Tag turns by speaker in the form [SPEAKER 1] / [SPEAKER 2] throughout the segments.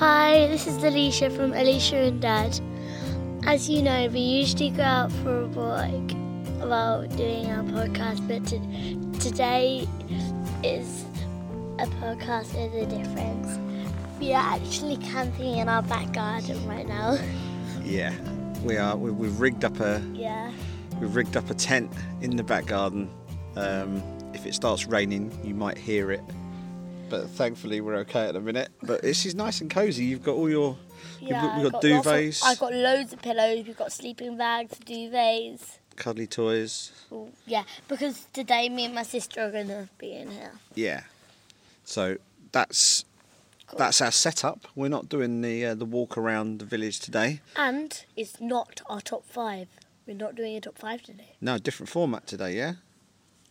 [SPEAKER 1] this is Alicia from Alicia and Dad. As you know, we usually go out for a walk while doing our podcast, but to- today is a podcast with a difference. We are actually camping in our back garden right now.
[SPEAKER 2] Yeah, we are. We, we've rigged up a
[SPEAKER 1] Yeah.
[SPEAKER 2] we've rigged up a tent in the back garden. Um, if it starts raining, you might hear it. But thankfully, we're okay at the minute. But this is nice and cozy. You've got all your you've got,
[SPEAKER 1] I've
[SPEAKER 2] we've got
[SPEAKER 1] lots of-
[SPEAKER 2] duvets,
[SPEAKER 1] I've got loads of pillows. We've got sleeping bags, duvets.
[SPEAKER 2] cuddly toys.
[SPEAKER 1] Well, yeah, because today me and my sister are gonna be in here.
[SPEAKER 2] Yeah. So that's
[SPEAKER 1] Cool.
[SPEAKER 2] that's our setup. We're not doing the uh, the walk around the village today.
[SPEAKER 1] And it's not our top five. We're not doing a top five today.
[SPEAKER 2] No, different format today. Yeah.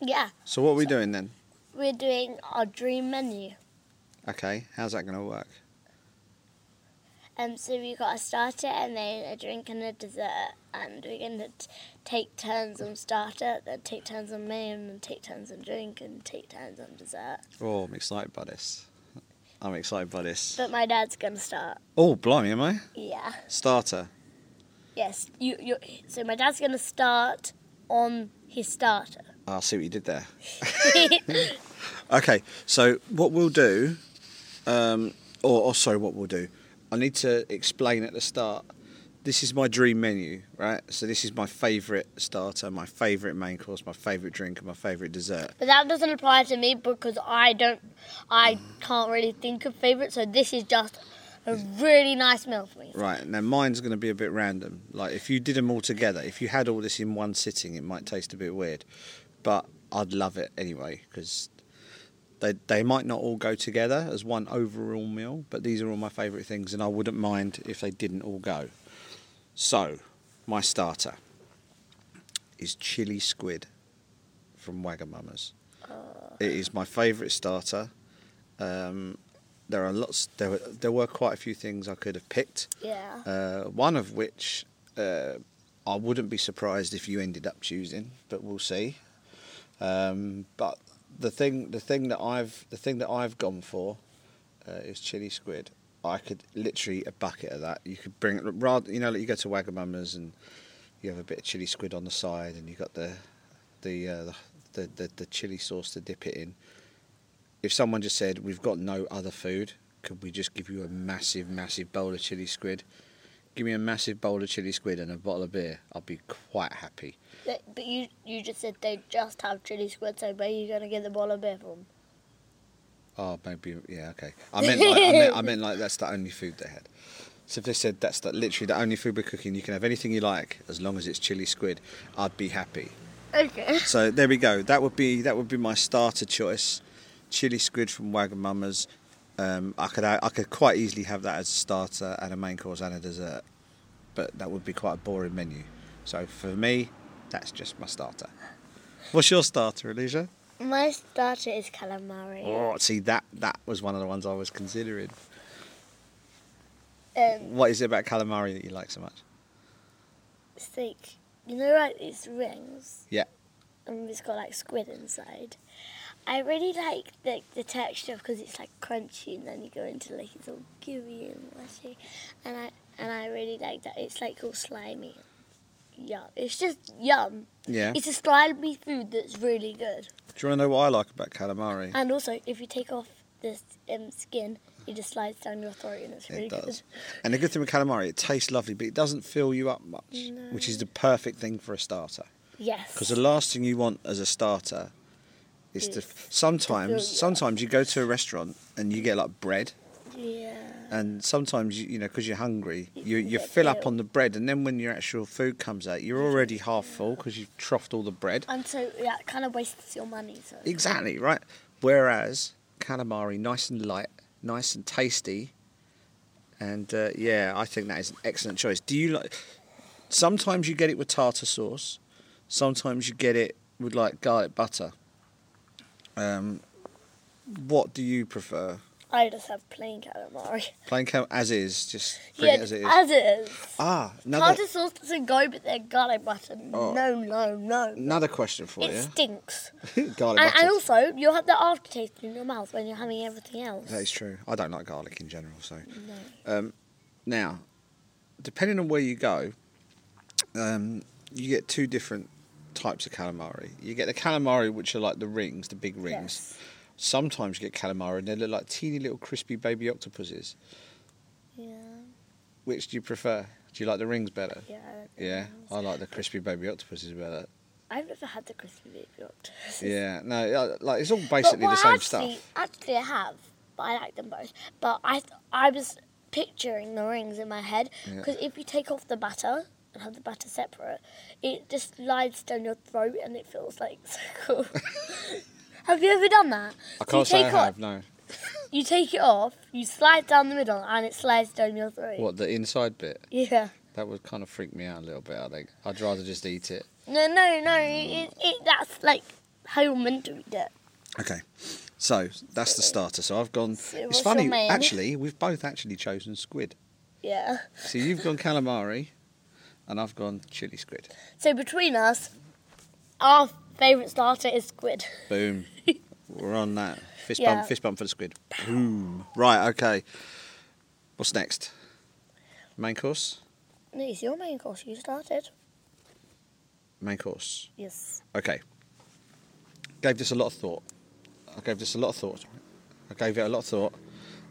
[SPEAKER 1] Yeah,
[SPEAKER 2] So what are we doing then?
[SPEAKER 1] we're doing our dream menu.
[SPEAKER 2] Okay, how's that going to work?
[SPEAKER 1] Um, so we got a starter and then a drink and a dessert, and we're gonna t- take turns on starter, then take turns on main, and take turns on drink, and take turns on dessert.
[SPEAKER 2] Oh, I'm excited by this. I'm excited by this.
[SPEAKER 1] But my dad's gonna start.
[SPEAKER 2] Oh, blimey, am I?
[SPEAKER 1] Yeah.
[SPEAKER 2] Starter.
[SPEAKER 1] Yes. You. You. So my dad's gonna start on his starter.
[SPEAKER 2] Ah, I see what you did there. Okay, so what we'll do, um, or, or sorry, what we'll do, I need to explain at the start. This is my dream menu, right? So this is my favourite starter, my favourite main course, my favourite drink, and my favourite dessert.
[SPEAKER 1] But that doesn't apply to me because I don't, I can't really think of favourites. So this is just a really nice meal for me.
[SPEAKER 2] Right, now mine's going to be a bit random. Like, if you did them all together, if you had all this in one sitting, it might taste a bit weird. But I'd love it anyway, because they, they might not all go together as one overall meal, but these are all my favourite things, and I wouldn't mind if they didn't all go. So, my starter is chili squid from Wagamama's. It is my favourite starter. Um, there are lots. There were, there were quite a few things I could have picked
[SPEAKER 1] Yeah.
[SPEAKER 2] uh, one of which uh, I wouldn't be surprised if you ended up choosing, but we'll see. Um, but the thing, the thing that I've, the thing that I've gone for uh, is chili squid. I could literally eat a bucket of that. You could bring rather, you know, like you go to Wagamama's and you have a bit of chili squid on the side, and you got the the uh, the, the, the the chili sauce to dip it in. If someone just said, "We've got no other food," could we just give you a massive, massive bowl of chili squid? Give me a massive bowl of chili squid and a bottle of beer. I'll be quite happy.
[SPEAKER 1] But, but you, you just said they just have chili squid. So where are you gonna get the bottle of beer from?
[SPEAKER 2] Oh, maybe yeah, okay. I meant like, I, meant, I meant like that's the only food they had. So if they said that's the, literally the only food we're cooking, you can have anything you like as long as it's chili squid, I'd be happy.
[SPEAKER 1] Okay.
[SPEAKER 2] So there we go. That would be that would be my starter choice, chili squid from Wagamama's. Um, I could ha- I could quite easily have that as a starter and a main course and a dessert, but that would be quite a boring menu. So for me, that's just my starter. What's your starter, Alicia?
[SPEAKER 1] My starter is calamari.
[SPEAKER 2] Oh, see that that was one of the ones I was considering.
[SPEAKER 1] Um,
[SPEAKER 2] What is it about calamari that you like so much?
[SPEAKER 1] it's like you know, like these rings.
[SPEAKER 2] Yeah.
[SPEAKER 1] And it's got like squid inside. I really like the, the texture because it's like crunchy and then you go into like it's all gooey and mushy, and I and I really like that. It's like all slimy. Yum! It's just yum.
[SPEAKER 2] Yeah.
[SPEAKER 1] It's a slimy food that's really good.
[SPEAKER 2] Do you want to know what I like about calamari?
[SPEAKER 1] And also, if you take off this um, skin, it just slides down your throat and it's really
[SPEAKER 2] It does. And the good thing with calamari, it tastes lovely, but it doesn't fill you up much, which is the perfect thing for a starter.
[SPEAKER 1] good. Yes.
[SPEAKER 2] Because the last thing you want as a starter is to.
[SPEAKER 1] Is
[SPEAKER 2] Sometimes,
[SPEAKER 1] you up.
[SPEAKER 2] sometimes you go to a restaurant and you get like bread,
[SPEAKER 1] yeah.
[SPEAKER 2] and sometimes you, you know because you're hungry, you
[SPEAKER 1] can
[SPEAKER 2] you
[SPEAKER 1] get
[SPEAKER 2] fill up
[SPEAKER 1] filled.
[SPEAKER 2] on the bread, and then when your actual food comes out, you're already half full because you've troughed all the bread.
[SPEAKER 1] And so yeah, it kind of wastes your money. So
[SPEAKER 2] Exactly right. Whereas calamari, nice and light, nice and tasty, and uh, yeah, I think that is an excellent choice. Do you like? Sometimes you get it with tartar sauce. Sometimes you get it with like garlic butter. Um, what do you prefer?
[SPEAKER 1] I just have plain calamari.
[SPEAKER 2] Plain cal- as is, just bring it as it is.
[SPEAKER 1] as it is.
[SPEAKER 2] ah, another
[SPEAKER 1] Tartar sauce doesn't go, but their garlic butter.
[SPEAKER 2] Oh.
[SPEAKER 1] No, no, no.
[SPEAKER 2] another question for
[SPEAKER 1] It stinks.
[SPEAKER 2] you. garlic
[SPEAKER 1] And,
[SPEAKER 2] butter.
[SPEAKER 1] and also, you'll have the aftertaste in your mouth when you're having everything else.
[SPEAKER 2] That is true. I don't like garlic in general, so.
[SPEAKER 1] No.
[SPEAKER 2] Um, Now, depending on where you go, um, you get two different types of calamari. You get the calamari, which are like the rings, the big rings.
[SPEAKER 1] Yes.
[SPEAKER 2] Sometimes you get calamari, and they look like teeny little crispy baby octopuses.
[SPEAKER 1] Yeah.
[SPEAKER 2] Which do you prefer? Do you like the rings better?
[SPEAKER 1] Yeah. I like the
[SPEAKER 2] Yeah,
[SPEAKER 1] rings.
[SPEAKER 2] I like the crispy baby octopuses better.
[SPEAKER 1] I've never had the crispy baby octopus.
[SPEAKER 2] Yeah, no, uh, like it's all basically
[SPEAKER 1] well,
[SPEAKER 2] the same
[SPEAKER 1] actually,
[SPEAKER 2] stuff.
[SPEAKER 1] Actually, I have, but I like them both. But I, th- I was picturing the rings in my head
[SPEAKER 2] Yeah.
[SPEAKER 1] because if you take off the batter and have the batter separate, it just slides down your throat and it feels like so cool. have you ever done that? So
[SPEAKER 2] I
[SPEAKER 1] you
[SPEAKER 2] can't say I
[SPEAKER 1] take off-
[SPEAKER 2] have. No,
[SPEAKER 1] You take it off, you slide down the middle, and it slides down your throat.
[SPEAKER 2] what the inside bit?
[SPEAKER 1] Yeah.
[SPEAKER 2] That would kind of freak me out a little bit. I think I'd rather just eat it.
[SPEAKER 1] No, no, no. It, it, that's like how you're meant to eat it.
[SPEAKER 2] Okay, so that's the starter. So I've gone.
[SPEAKER 1] So
[SPEAKER 2] It's
[SPEAKER 1] what's your
[SPEAKER 2] funny,
[SPEAKER 1] main?
[SPEAKER 2] actually. We've both actually chosen squid.
[SPEAKER 1] Yeah.
[SPEAKER 2] So you've gone calamari, and I've gone chili squid.
[SPEAKER 1] So between us, our favourite starter is squid.
[SPEAKER 2] Boom. We're on that. Fist
[SPEAKER 1] Yeah.
[SPEAKER 2] bump, fist bump for the squid. Boom. Right, okay. What's next? Main course?
[SPEAKER 1] No, it's your main course. You started.
[SPEAKER 2] Main course.
[SPEAKER 1] Yes.
[SPEAKER 2] Okay. Gave this a lot of thought. I gave this a lot of thought. I gave it a lot of thought.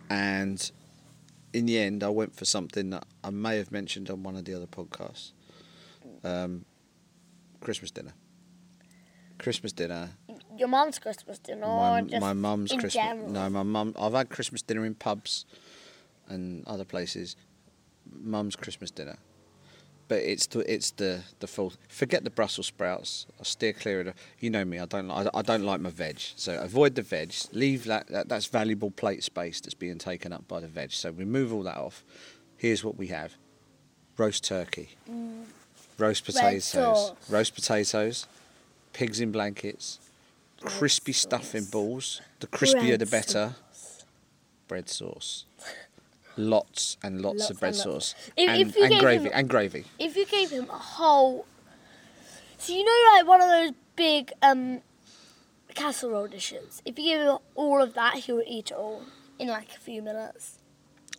[SPEAKER 2] And in the end, I went for something that I may have mentioned on one of the other podcasts um, Christmas dinner. Christmas dinner.
[SPEAKER 1] Your mum's Christmas dinner.
[SPEAKER 2] my,
[SPEAKER 1] or just
[SPEAKER 2] my mum's
[SPEAKER 1] in
[SPEAKER 2] Christmas.
[SPEAKER 1] General.
[SPEAKER 2] No, my mum. I've had Christmas dinner in pubs and other places. Mum's Christmas dinner, but it's the it's the the full. Forget the Brussels sprouts. I steer clear of. The, you know me. I don't like. I, I don't like my veg. So avoid the veg. Leave that, that. That's valuable plate space that's being taken up by the veg. So remove all that off. Here's what we have: roast turkey, roast potatoes,
[SPEAKER 1] Mm. sauce.
[SPEAKER 2] roast potatoes, pigs in blankets, crispy stuffing balls. The crispier
[SPEAKER 1] Bread
[SPEAKER 2] the better. Bread sauce. Lots and lots,
[SPEAKER 1] Lots
[SPEAKER 2] of bread
[SPEAKER 1] and lots.
[SPEAKER 2] sauce.
[SPEAKER 1] If-
[SPEAKER 2] and
[SPEAKER 1] if you
[SPEAKER 2] and
[SPEAKER 1] gave
[SPEAKER 2] gravy.
[SPEAKER 1] him-
[SPEAKER 2] And gravy.
[SPEAKER 1] If you gave him a whole, so you know, like one of those big um, casserole dishes. If you gave him all of that, he would eat it all in like a few minutes.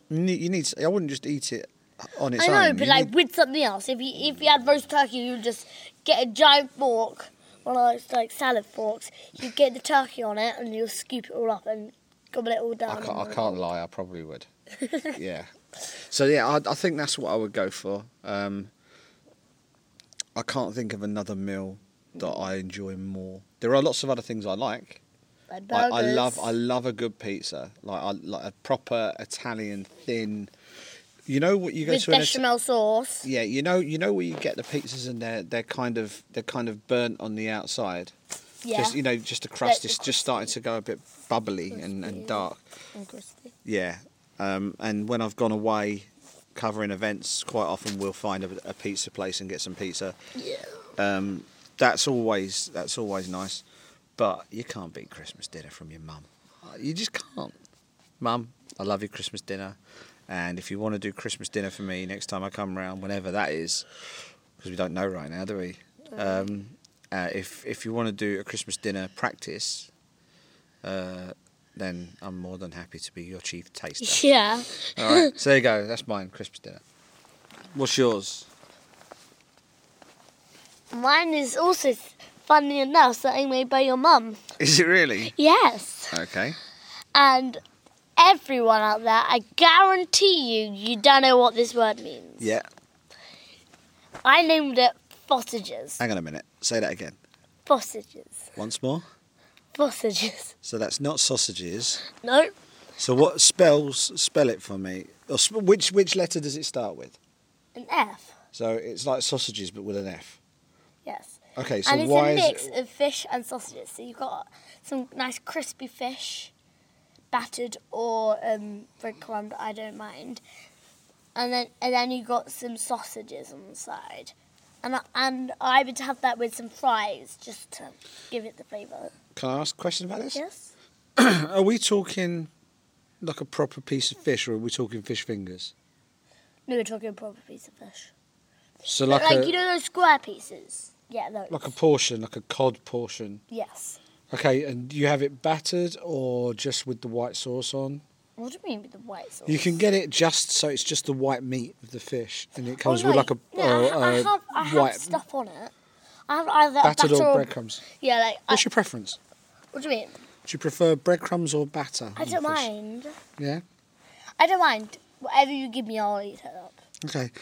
[SPEAKER 2] You need, you need- I wouldn't just eat it on its
[SPEAKER 1] I know,
[SPEAKER 2] own.
[SPEAKER 1] but
[SPEAKER 2] You
[SPEAKER 1] like
[SPEAKER 2] need-
[SPEAKER 1] with something else. If you if you had roast turkey, you'd just get a giant fork, one of those like salad forks. You'd get the turkey on it, and you'll scoop it all up and gobble it all down.
[SPEAKER 2] I can't, I
[SPEAKER 1] and-
[SPEAKER 2] can't lie, I probably would. yeah. So yeah, I, I think that's what I would go for. Um, I can't think of another meal that I enjoy more. There are lots of other things I like.
[SPEAKER 1] Like
[SPEAKER 2] I, I
[SPEAKER 1] burgers.
[SPEAKER 2] love I love a good pizza, like I, like a proper Italian thin. You know what you go
[SPEAKER 1] with
[SPEAKER 2] to an Ita-
[SPEAKER 1] bechamel sauce.
[SPEAKER 2] Yeah, you know, you know where you get the pizzas and they're they're kind of they're kind of burnt on the outside.
[SPEAKER 1] Yeah.
[SPEAKER 2] Just you know, just the crust
[SPEAKER 1] the
[SPEAKER 2] is just starting to go a bit bubbly and,
[SPEAKER 1] Crispy,
[SPEAKER 2] and
[SPEAKER 1] yeah.
[SPEAKER 2] dark.
[SPEAKER 1] And crispy.
[SPEAKER 2] Yeah. Um, and when I've gone away covering events, quite often we'll find a, a pizza place and get some pizza.
[SPEAKER 1] Yeah.
[SPEAKER 2] Um, that's always that's always nice. But you can't beat Christmas dinner from your mum. Uh, You just can't. Mum, I love your Christmas dinner. And if you want to do Christmas dinner for me next time I come round, whenever that is, because we don't know right now, do we? Um, uh, if if you want to do a Christmas dinner practice, uh, then I'm more than happy to be your chief taster.
[SPEAKER 1] Yeah.
[SPEAKER 2] All right, so there you go. That's mine Christmas dinner. What's yours?
[SPEAKER 1] Mine is also funny enough something made by your mum.
[SPEAKER 2] Is it really?
[SPEAKER 1] Yes.
[SPEAKER 2] Okay.
[SPEAKER 1] And everyone out there, I guarantee you, you don't know what this word means.
[SPEAKER 2] Yeah.
[SPEAKER 1] I named it fossages.
[SPEAKER 2] Hang on a minute. Say that again.
[SPEAKER 1] Fossages.
[SPEAKER 2] Once more.
[SPEAKER 1] Fossages.
[SPEAKER 2] So that's not sausages.
[SPEAKER 1] No.
[SPEAKER 2] So what spells spell it for me? Or sp- which which letter does it start with?
[SPEAKER 1] An F.
[SPEAKER 2] So it's like sausages but with an F.
[SPEAKER 1] Yes.
[SPEAKER 2] Okay, so
[SPEAKER 1] and it's
[SPEAKER 2] why
[SPEAKER 1] a
[SPEAKER 2] is
[SPEAKER 1] mix
[SPEAKER 2] it,
[SPEAKER 1] of fish and sausages. So you've got some nice crispy fish, battered or um, bread crumbed. I don't mind. And then and then you got some sausages on the side, and I, and I would have that with some fries just to give it the flavour.
[SPEAKER 2] Can I ask a question about this?
[SPEAKER 1] Yes.
[SPEAKER 2] Are we talking like a proper piece of fish or are we talking fish fingers?
[SPEAKER 1] No, we're talking proper piece of fish.
[SPEAKER 2] So
[SPEAKER 1] Like,
[SPEAKER 2] like, a
[SPEAKER 1] you know those square pieces. Yeah. Those.
[SPEAKER 2] like a portion, like a cod portion.
[SPEAKER 1] yes.
[SPEAKER 2] Okay, and you have it battered or just with the white sauce on?
[SPEAKER 1] What do you mean with the white sauce?
[SPEAKER 2] You can get it just so it's just the white meat of the fish, and it comes
[SPEAKER 1] Oh,
[SPEAKER 2] with
[SPEAKER 1] no,
[SPEAKER 2] like a,
[SPEAKER 1] no,
[SPEAKER 2] a,
[SPEAKER 1] I,
[SPEAKER 2] a
[SPEAKER 1] have, I have
[SPEAKER 2] white
[SPEAKER 1] stuff on it. I have either
[SPEAKER 2] battered
[SPEAKER 1] batter
[SPEAKER 2] or breadcrumbs.
[SPEAKER 1] Yeah, like I,
[SPEAKER 2] What's your preference?
[SPEAKER 1] what do you mean?
[SPEAKER 2] Do you prefer breadcrumbs or batter?
[SPEAKER 1] I
[SPEAKER 2] on the
[SPEAKER 1] don't
[SPEAKER 2] fish?
[SPEAKER 1] mind.
[SPEAKER 2] Yeah.
[SPEAKER 1] I don't mind. Whatever you give me, I'll eat it up.
[SPEAKER 2] Okay.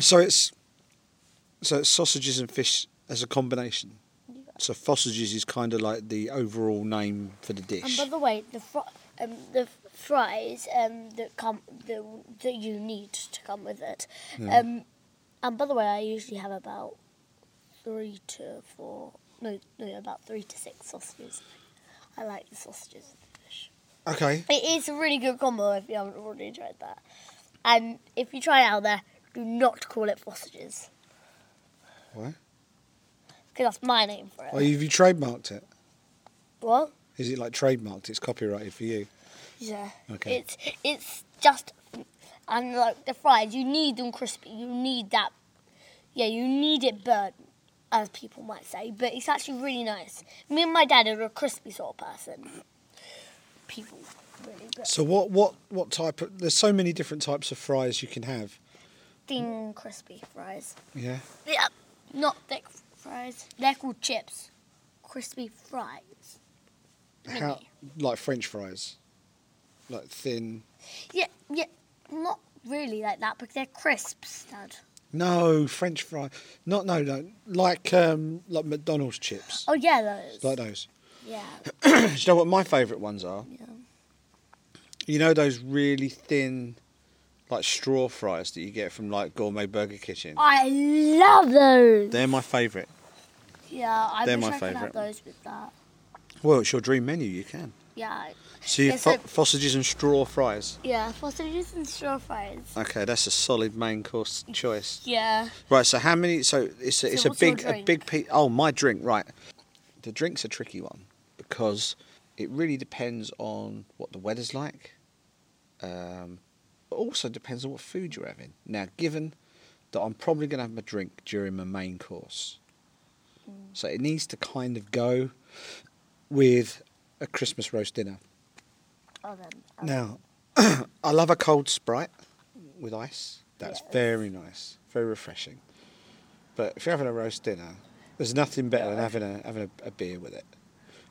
[SPEAKER 1] So,
[SPEAKER 2] so it's so it's sausages and fish as a combination. So sausages is kind of like the overall name for the
[SPEAKER 1] and
[SPEAKER 2] dish.
[SPEAKER 1] by the way, the fr- um, the fries um, that come that, that you need to come with it.
[SPEAKER 2] Hmm.
[SPEAKER 1] Um, and by the way, I usually have about three to four. No, no, about three to six sausages. I like the sausages and the fish.
[SPEAKER 2] Okay.
[SPEAKER 1] It is a really good combo if you haven't already tried that. And if you try it out there, do not call it sausages.
[SPEAKER 2] Why?
[SPEAKER 1] Because that's my name for it.
[SPEAKER 2] Well, Oh, have you trademarked it?
[SPEAKER 1] What?
[SPEAKER 2] Is it like trademarked? It's copyrighted for you.
[SPEAKER 1] Yeah.
[SPEAKER 2] Okay.
[SPEAKER 1] It's it's just and like the fries, you need them crispy. You need that. Yeah, you need it burnt, as people might say. But it's actually really nice. Me and my dad are a crispy sort of person. People really good.
[SPEAKER 2] So what what what type of there's so many different types of fries you can have.
[SPEAKER 1] Thin crispy fries.
[SPEAKER 2] Yeah.
[SPEAKER 1] Yeah, not thick fries. They're called chips. Crispy fries.
[SPEAKER 2] How like french fries. Like thin.
[SPEAKER 1] Yeah, yeah, not really like that because they're crisps, Dad.
[SPEAKER 2] No, french fry. Not no no like um like McDonald's chips.
[SPEAKER 1] Oh yeah, those.
[SPEAKER 2] Like those.
[SPEAKER 1] yeah,
[SPEAKER 2] Do you know what my favourite ones are?
[SPEAKER 1] yeah.
[SPEAKER 2] You know those really thin, like straw fries that you get from like Gourmet Burger Kitchen.
[SPEAKER 1] I love those.
[SPEAKER 2] They're my favourite.
[SPEAKER 1] yeah, I
[SPEAKER 2] they're
[SPEAKER 1] wish
[SPEAKER 2] my
[SPEAKER 1] I could have
[SPEAKER 2] favourite.
[SPEAKER 1] those with that.
[SPEAKER 2] Well, it's your dream menu. You can.
[SPEAKER 1] Yeah,
[SPEAKER 2] So you
[SPEAKER 1] Yes,
[SPEAKER 2] fo-
[SPEAKER 1] I-
[SPEAKER 2] sausages and straw fries.
[SPEAKER 1] yeah, sausages and straw fries.
[SPEAKER 2] Okay, that's a solid main course choice.
[SPEAKER 1] Yeah,
[SPEAKER 2] Right. So how many? So it's a, it's a
[SPEAKER 1] what's your
[SPEAKER 2] big a
[SPEAKER 1] drink?
[SPEAKER 2] big piece. Oh, my drink. Right. The drink's a tricky one because it really depends on what the weather's like. Um, but also depends on what food you're having. Now, given that I'm probably going to have my drink during my main course,
[SPEAKER 1] Mm.
[SPEAKER 2] so it needs to kind of go with a Christmas roast dinner.
[SPEAKER 1] oh then.
[SPEAKER 2] Now, I love a cold Sprite with ice. That's
[SPEAKER 1] Yes.
[SPEAKER 2] very nice, very refreshing. But if you're having a roast dinner, there's nothing better than having a having a, a beer with it.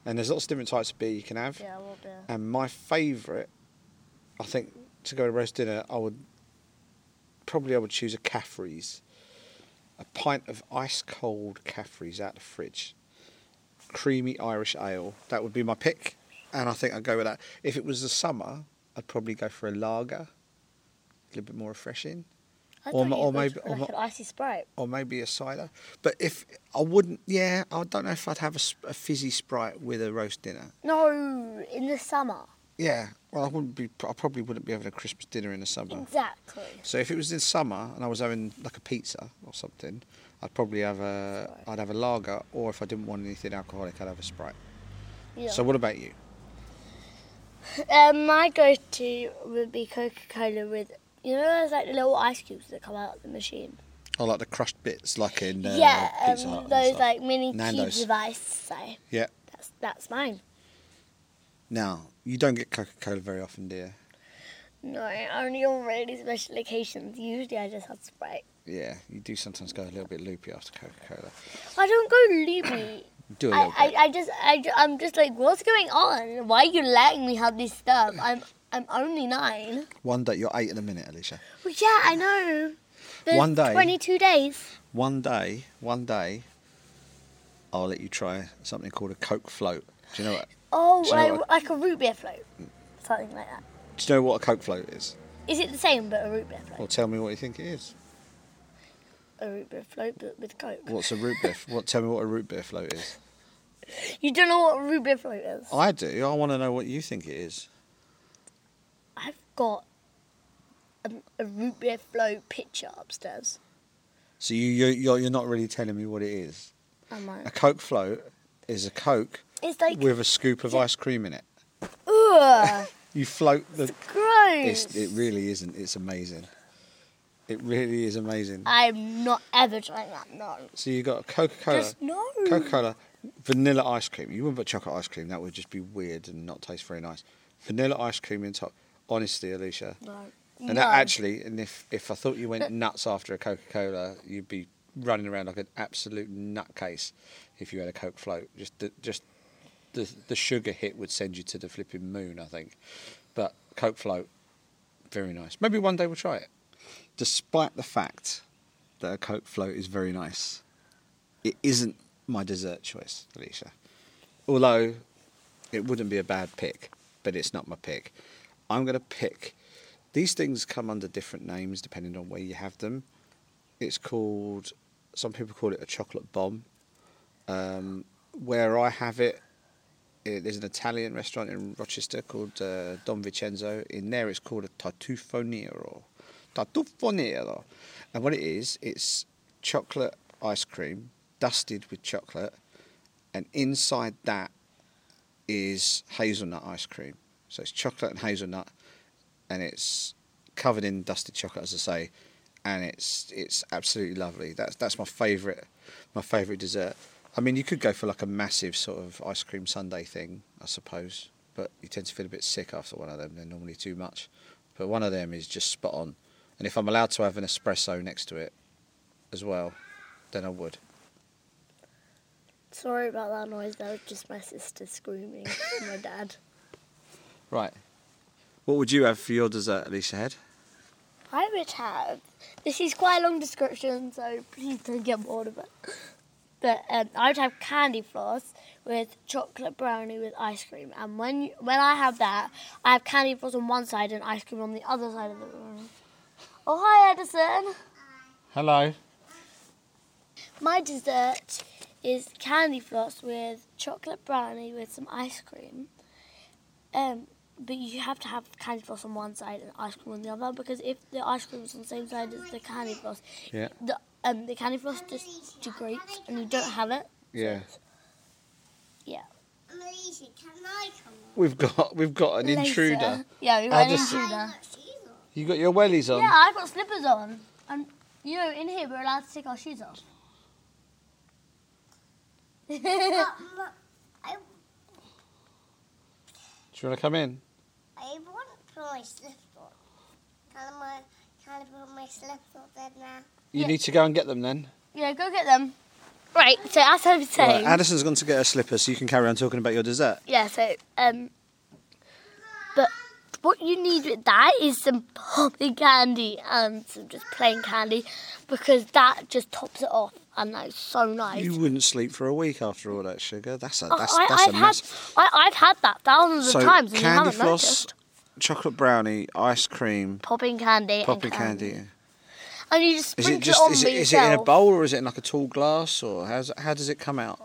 [SPEAKER 2] And there's lots of different types of beer you can have.
[SPEAKER 1] Yeah, well, yeah.
[SPEAKER 2] And my favourite, I think, to go to roast dinner, I would probably I would choose a Caffrey's, a pint of ice cold Caffrey's out the fridge, creamy Irish ale. That would be my pick, and I think I'd go with that. If it was the summer, I'd probably go for a lager, a little bit more refreshing,
[SPEAKER 1] I
[SPEAKER 2] or
[SPEAKER 1] thought
[SPEAKER 2] ma-
[SPEAKER 1] you
[SPEAKER 2] or
[SPEAKER 1] were
[SPEAKER 2] maybe-
[SPEAKER 1] for
[SPEAKER 2] or
[SPEAKER 1] like
[SPEAKER 2] ma-
[SPEAKER 1] an icy sprite.
[SPEAKER 2] or maybe a cider. But if I wouldn't, yeah, I don't know if I'd have a, s- a fizzy sprite with a roast dinner.
[SPEAKER 1] No, in the summer.
[SPEAKER 2] Yeah, well, I wouldn't be. I probably wouldn't be having a Christmas dinner in the summer.
[SPEAKER 1] Exactly.
[SPEAKER 2] So if it was in summer and I was having like a pizza or something, I'd probably have a I'd have a lager, or if I didn't want anything alcoholic, I'd have a sprite.
[SPEAKER 1] Yeah.
[SPEAKER 2] So what about you?
[SPEAKER 1] Um, my go-to would be Coca-Cola with you know those like little ice cubes that come out of the machine.
[SPEAKER 2] Oh, like the crushed bits, like in uh,
[SPEAKER 1] yeah,
[SPEAKER 2] Pizza Hut
[SPEAKER 1] um,
[SPEAKER 2] and
[SPEAKER 1] those
[SPEAKER 2] stuff.
[SPEAKER 1] like mini
[SPEAKER 2] Nando's.
[SPEAKER 1] cubes of ice. So
[SPEAKER 2] yeah.
[SPEAKER 1] that's that's mine.
[SPEAKER 2] Now you don't get Coca Cola very often, do you?
[SPEAKER 1] No, only on really special occasions. Usually I just have Sprite.
[SPEAKER 2] Yeah, you do sometimes go a little bit loopy after Coca Cola.
[SPEAKER 1] I don't go loopy.
[SPEAKER 2] Do a
[SPEAKER 1] I,
[SPEAKER 2] little
[SPEAKER 1] I,
[SPEAKER 2] bit.
[SPEAKER 1] I just I, am just like what's going on? Why are you letting me have this stuff? I'm I'm only nine.
[SPEAKER 2] One day you're eight in a minute, Alicia.
[SPEAKER 1] Well, yeah, I know. There's
[SPEAKER 2] One day-
[SPEAKER 1] 22 days.
[SPEAKER 2] One day, one day, I'll let you try something called a Coke float. Do you know what?
[SPEAKER 1] Oh,
[SPEAKER 2] Do you know
[SPEAKER 1] like,
[SPEAKER 2] what-
[SPEAKER 1] like a root beer float, something like that.
[SPEAKER 2] Do you know what a Coke float is?
[SPEAKER 1] Is it the same but a root beer
[SPEAKER 2] Well,
[SPEAKER 1] float?
[SPEAKER 2] tell me what you think it is.
[SPEAKER 1] A root beer float but with coke.
[SPEAKER 2] What's a root beer? What? Tell me what a root beer float is.
[SPEAKER 1] You don't know what a root beer float is.
[SPEAKER 2] I do. I want to know what you think it is.
[SPEAKER 1] I've got a, a root beer float picture upstairs.
[SPEAKER 2] So you you you're, you're not really telling me what it is.
[SPEAKER 1] Am I?
[SPEAKER 2] A Coke float is a Coke
[SPEAKER 1] It's like
[SPEAKER 2] with a scoop of
[SPEAKER 1] Yeah.
[SPEAKER 2] ice cream in it.
[SPEAKER 1] ugh,
[SPEAKER 2] You float the.
[SPEAKER 1] gross.
[SPEAKER 2] It's, it really isn't. It's amazing. It really is amazing.
[SPEAKER 1] I'm not ever trying that. No,
[SPEAKER 2] So you got Coca Cola,
[SPEAKER 1] just no.
[SPEAKER 2] Coca Cola, vanilla ice cream. You wouldn't put chocolate ice cream. That would just be weird and not taste very nice. vanilla ice cream in top. Honestly, Alicia.
[SPEAKER 1] Like,
[SPEAKER 2] And that actually, and if, if I thought you went nuts after a Coca Cola, you'd be running around like an absolute nutcase if you had a Coke float. Just the, just the the sugar hit would send you to the flipping moon, I think. But Coke float, very nice. Maybe one day we'll try it.
[SPEAKER 3] Despite the fact that a Coke float is very nice, it isn't my dessert choice, Alicia.
[SPEAKER 2] Although it wouldn't be a bad pick, but it's not my pick. I'm going to pick. These things come under different names depending on where you have them. It's called. Some people call it a chocolate bomb. Um, where I have it, it, there's an Italian restaurant in Rochester called uh, Don Vincenzo. In there, it's called a tartufo nero. Tartufo nero. And what it is, it's chocolate ice cream dusted with chocolate, and inside that is hazelnut ice cream. So it's chocolate and hazelnut, and it's covered in dusted chocolate, as I say, and it's it's absolutely lovely. That's that's my favourite, my favourite dessert. I mean, you could go for like a massive sort of ice cream sundae thing, I suppose, but you tend to feel a bit sick after one of them. They're normally too much, but one of them is just spot on. And if I'm allowed to have an espresso next to it, as well, then I would.
[SPEAKER 1] Sorry about that noise. That was just my sister screaming. and my dad.
[SPEAKER 2] Right. What would you have for your dessert, Alicia Head?
[SPEAKER 1] I would have. This is quite a long description, so please don't get bored of it. But um, I would have candy floss with chocolate brownie with ice cream, and when you, when I have that, I have candy floss on one side and ice cream on the other side of the room. Oh hi, Edison.
[SPEAKER 2] Hello.
[SPEAKER 1] My dessert is candy floss with chocolate brownie with some ice cream. Um, but you have to have candy floss on one side and ice cream on the other because if the ice cream is on the same side as the candy floss,
[SPEAKER 2] Yeah.
[SPEAKER 1] the um, the candy floss just degrades and you don't have it.
[SPEAKER 2] Yeah.
[SPEAKER 1] Yeah.
[SPEAKER 4] Alicia, can I come
[SPEAKER 2] We've got we've got an
[SPEAKER 1] Later.
[SPEAKER 2] intruder.
[SPEAKER 1] Yeah, we've
[SPEAKER 2] I
[SPEAKER 1] got an
[SPEAKER 2] just- Um,
[SPEAKER 4] on?
[SPEAKER 1] intruder.
[SPEAKER 4] I got shoes on.
[SPEAKER 2] You got your wellies on.
[SPEAKER 1] Yeah, I've got slippers on. And you know, in here we're allowed to take our shoes off.
[SPEAKER 4] But m- I,
[SPEAKER 2] Do you want to come in?
[SPEAKER 4] I want to put my slips on. Can I, can I put my slips on there now?
[SPEAKER 2] You
[SPEAKER 1] Yeah.
[SPEAKER 2] need to go and get them then.
[SPEAKER 1] yeah, go get them. Right, so as I was saying,
[SPEAKER 2] Addison's gone to get her slipper, so you can carry on talking about your dessert.
[SPEAKER 1] yeah, so um, but what you need with that is some popping candy and some just plain candy because that just tops it off and that's so nice.
[SPEAKER 2] You wouldn't sleep for a week after all that sugar. That's a
[SPEAKER 1] Oh,
[SPEAKER 2] that's
[SPEAKER 1] I,
[SPEAKER 2] that's
[SPEAKER 1] I've
[SPEAKER 2] a
[SPEAKER 1] had
[SPEAKER 2] mess.
[SPEAKER 1] I, I've had that thousands
[SPEAKER 2] So
[SPEAKER 1] of times and you
[SPEAKER 2] candy
[SPEAKER 1] haven't
[SPEAKER 2] floss,
[SPEAKER 1] noticed.
[SPEAKER 2] chocolate brownie, ice cream,
[SPEAKER 1] Popping candy,
[SPEAKER 2] popping
[SPEAKER 1] and candy.
[SPEAKER 2] candy.
[SPEAKER 1] and you just
[SPEAKER 2] Is
[SPEAKER 1] sprinkle
[SPEAKER 2] it
[SPEAKER 1] um, it,
[SPEAKER 2] just
[SPEAKER 1] on
[SPEAKER 2] is
[SPEAKER 1] by
[SPEAKER 2] it, is it
[SPEAKER 1] yourself.
[SPEAKER 2] in a bowl or is it in like a tall glass or how's how does it come out?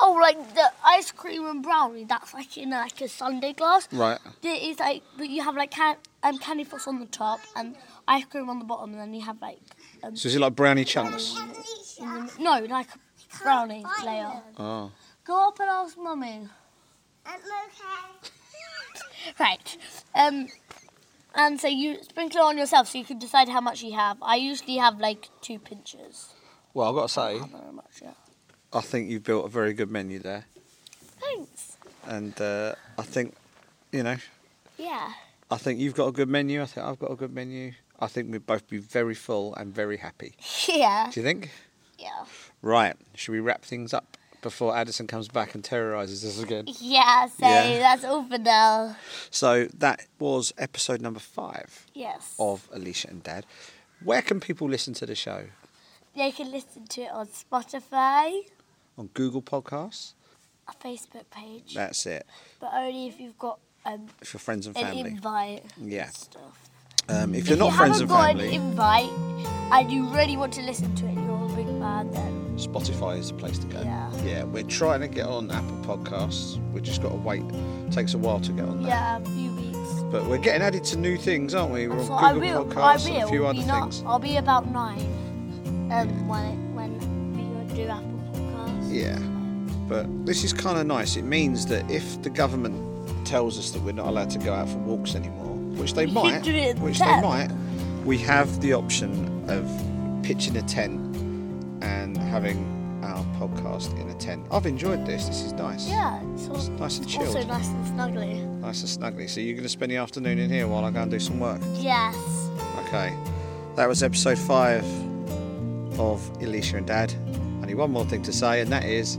[SPEAKER 1] Oh, like the ice cream and brownie. That's like in like a Sunday glass.
[SPEAKER 2] Right.
[SPEAKER 1] There is like, but you have like can, um, candy floss on the top and ice cream on the bottom, and then you have like um,
[SPEAKER 2] So is it like brownie chunks?
[SPEAKER 4] Alicia,
[SPEAKER 1] in the- no, like a brownie
[SPEAKER 4] find
[SPEAKER 1] layer.
[SPEAKER 4] them.
[SPEAKER 2] Oh.
[SPEAKER 1] Go up and ask mummy.
[SPEAKER 4] I'm okay.
[SPEAKER 1] Right. Um, and so you sprinkle it on yourself, so you can decide how much you have. I usually have like two pinches.
[SPEAKER 2] Well, I've got to say,
[SPEAKER 1] I don't know how much, yeah.
[SPEAKER 2] I think you've built a very good menu there,
[SPEAKER 1] Thanks.
[SPEAKER 2] and uh, I think, you know,
[SPEAKER 1] Yeah.
[SPEAKER 2] I think you've got a good menu. I think I've got a good menu. I think we'd both be very full and very happy.
[SPEAKER 1] Yeah.
[SPEAKER 2] Do you think?
[SPEAKER 1] Yeah.
[SPEAKER 2] Right. Should we wrap things up before Addison comes back and terrorises us again?
[SPEAKER 1] Yeah. So
[SPEAKER 2] Yeah.
[SPEAKER 1] that's all for now.
[SPEAKER 2] So that was episode number five
[SPEAKER 1] Yes.
[SPEAKER 2] of Alicia and Dad. Where can people listen to the show?
[SPEAKER 1] They can listen to it on Spotify,
[SPEAKER 2] On Google Podcasts.
[SPEAKER 1] a Facebook page,
[SPEAKER 2] That's it.
[SPEAKER 1] but only if you've got um,
[SPEAKER 2] For your friends and
[SPEAKER 1] an
[SPEAKER 2] family.
[SPEAKER 1] invite.
[SPEAKER 2] Yeah.
[SPEAKER 1] and Stuff.
[SPEAKER 2] Um, if you're
[SPEAKER 1] if
[SPEAKER 2] not
[SPEAKER 1] you
[SPEAKER 2] friends
[SPEAKER 1] haven't
[SPEAKER 2] and
[SPEAKER 1] got
[SPEAKER 2] family,
[SPEAKER 1] an invite, and you really want to listen to it, you're a big man then.
[SPEAKER 2] Spotify is the place to go.
[SPEAKER 1] Yeah.
[SPEAKER 2] we're trying to get on Apple Podcasts. We've just got to wait. takes a while to get on there.
[SPEAKER 1] Yeah, a few weeks.
[SPEAKER 2] But we're getting added to new things, aren't we? We're
[SPEAKER 1] so I
[SPEAKER 2] on Google
[SPEAKER 1] will. I
[SPEAKER 2] Podcasts and
[SPEAKER 1] will.
[SPEAKER 2] a few other
[SPEAKER 1] be not-
[SPEAKER 2] things.
[SPEAKER 1] I'll be about nine. Um, when it, when we do Apple Podcasts.
[SPEAKER 2] Yeah. But this is kind of nice. It means that if the government tells us that we're not allowed to go out for walks anymore, which they
[SPEAKER 1] We could
[SPEAKER 2] might,
[SPEAKER 1] do it in
[SPEAKER 2] which
[SPEAKER 1] the
[SPEAKER 2] they
[SPEAKER 1] tent.
[SPEAKER 2] might, we have the option of pitching a tent and having our podcast in a tent. I've enjoyed this. This is nice.
[SPEAKER 1] Yeah, it's, all,
[SPEAKER 2] It's nice and chilled.
[SPEAKER 1] also nice and snuggly.
[SPEAKER 2] Nice and snuggly. So you're going to spend the afternoon in here while I go and do some work.
[SPEAKER 1] Yes.
[SPEAKER 2] Okay. That was episode five of Elisha and Dad. Only one more thing to say, and that is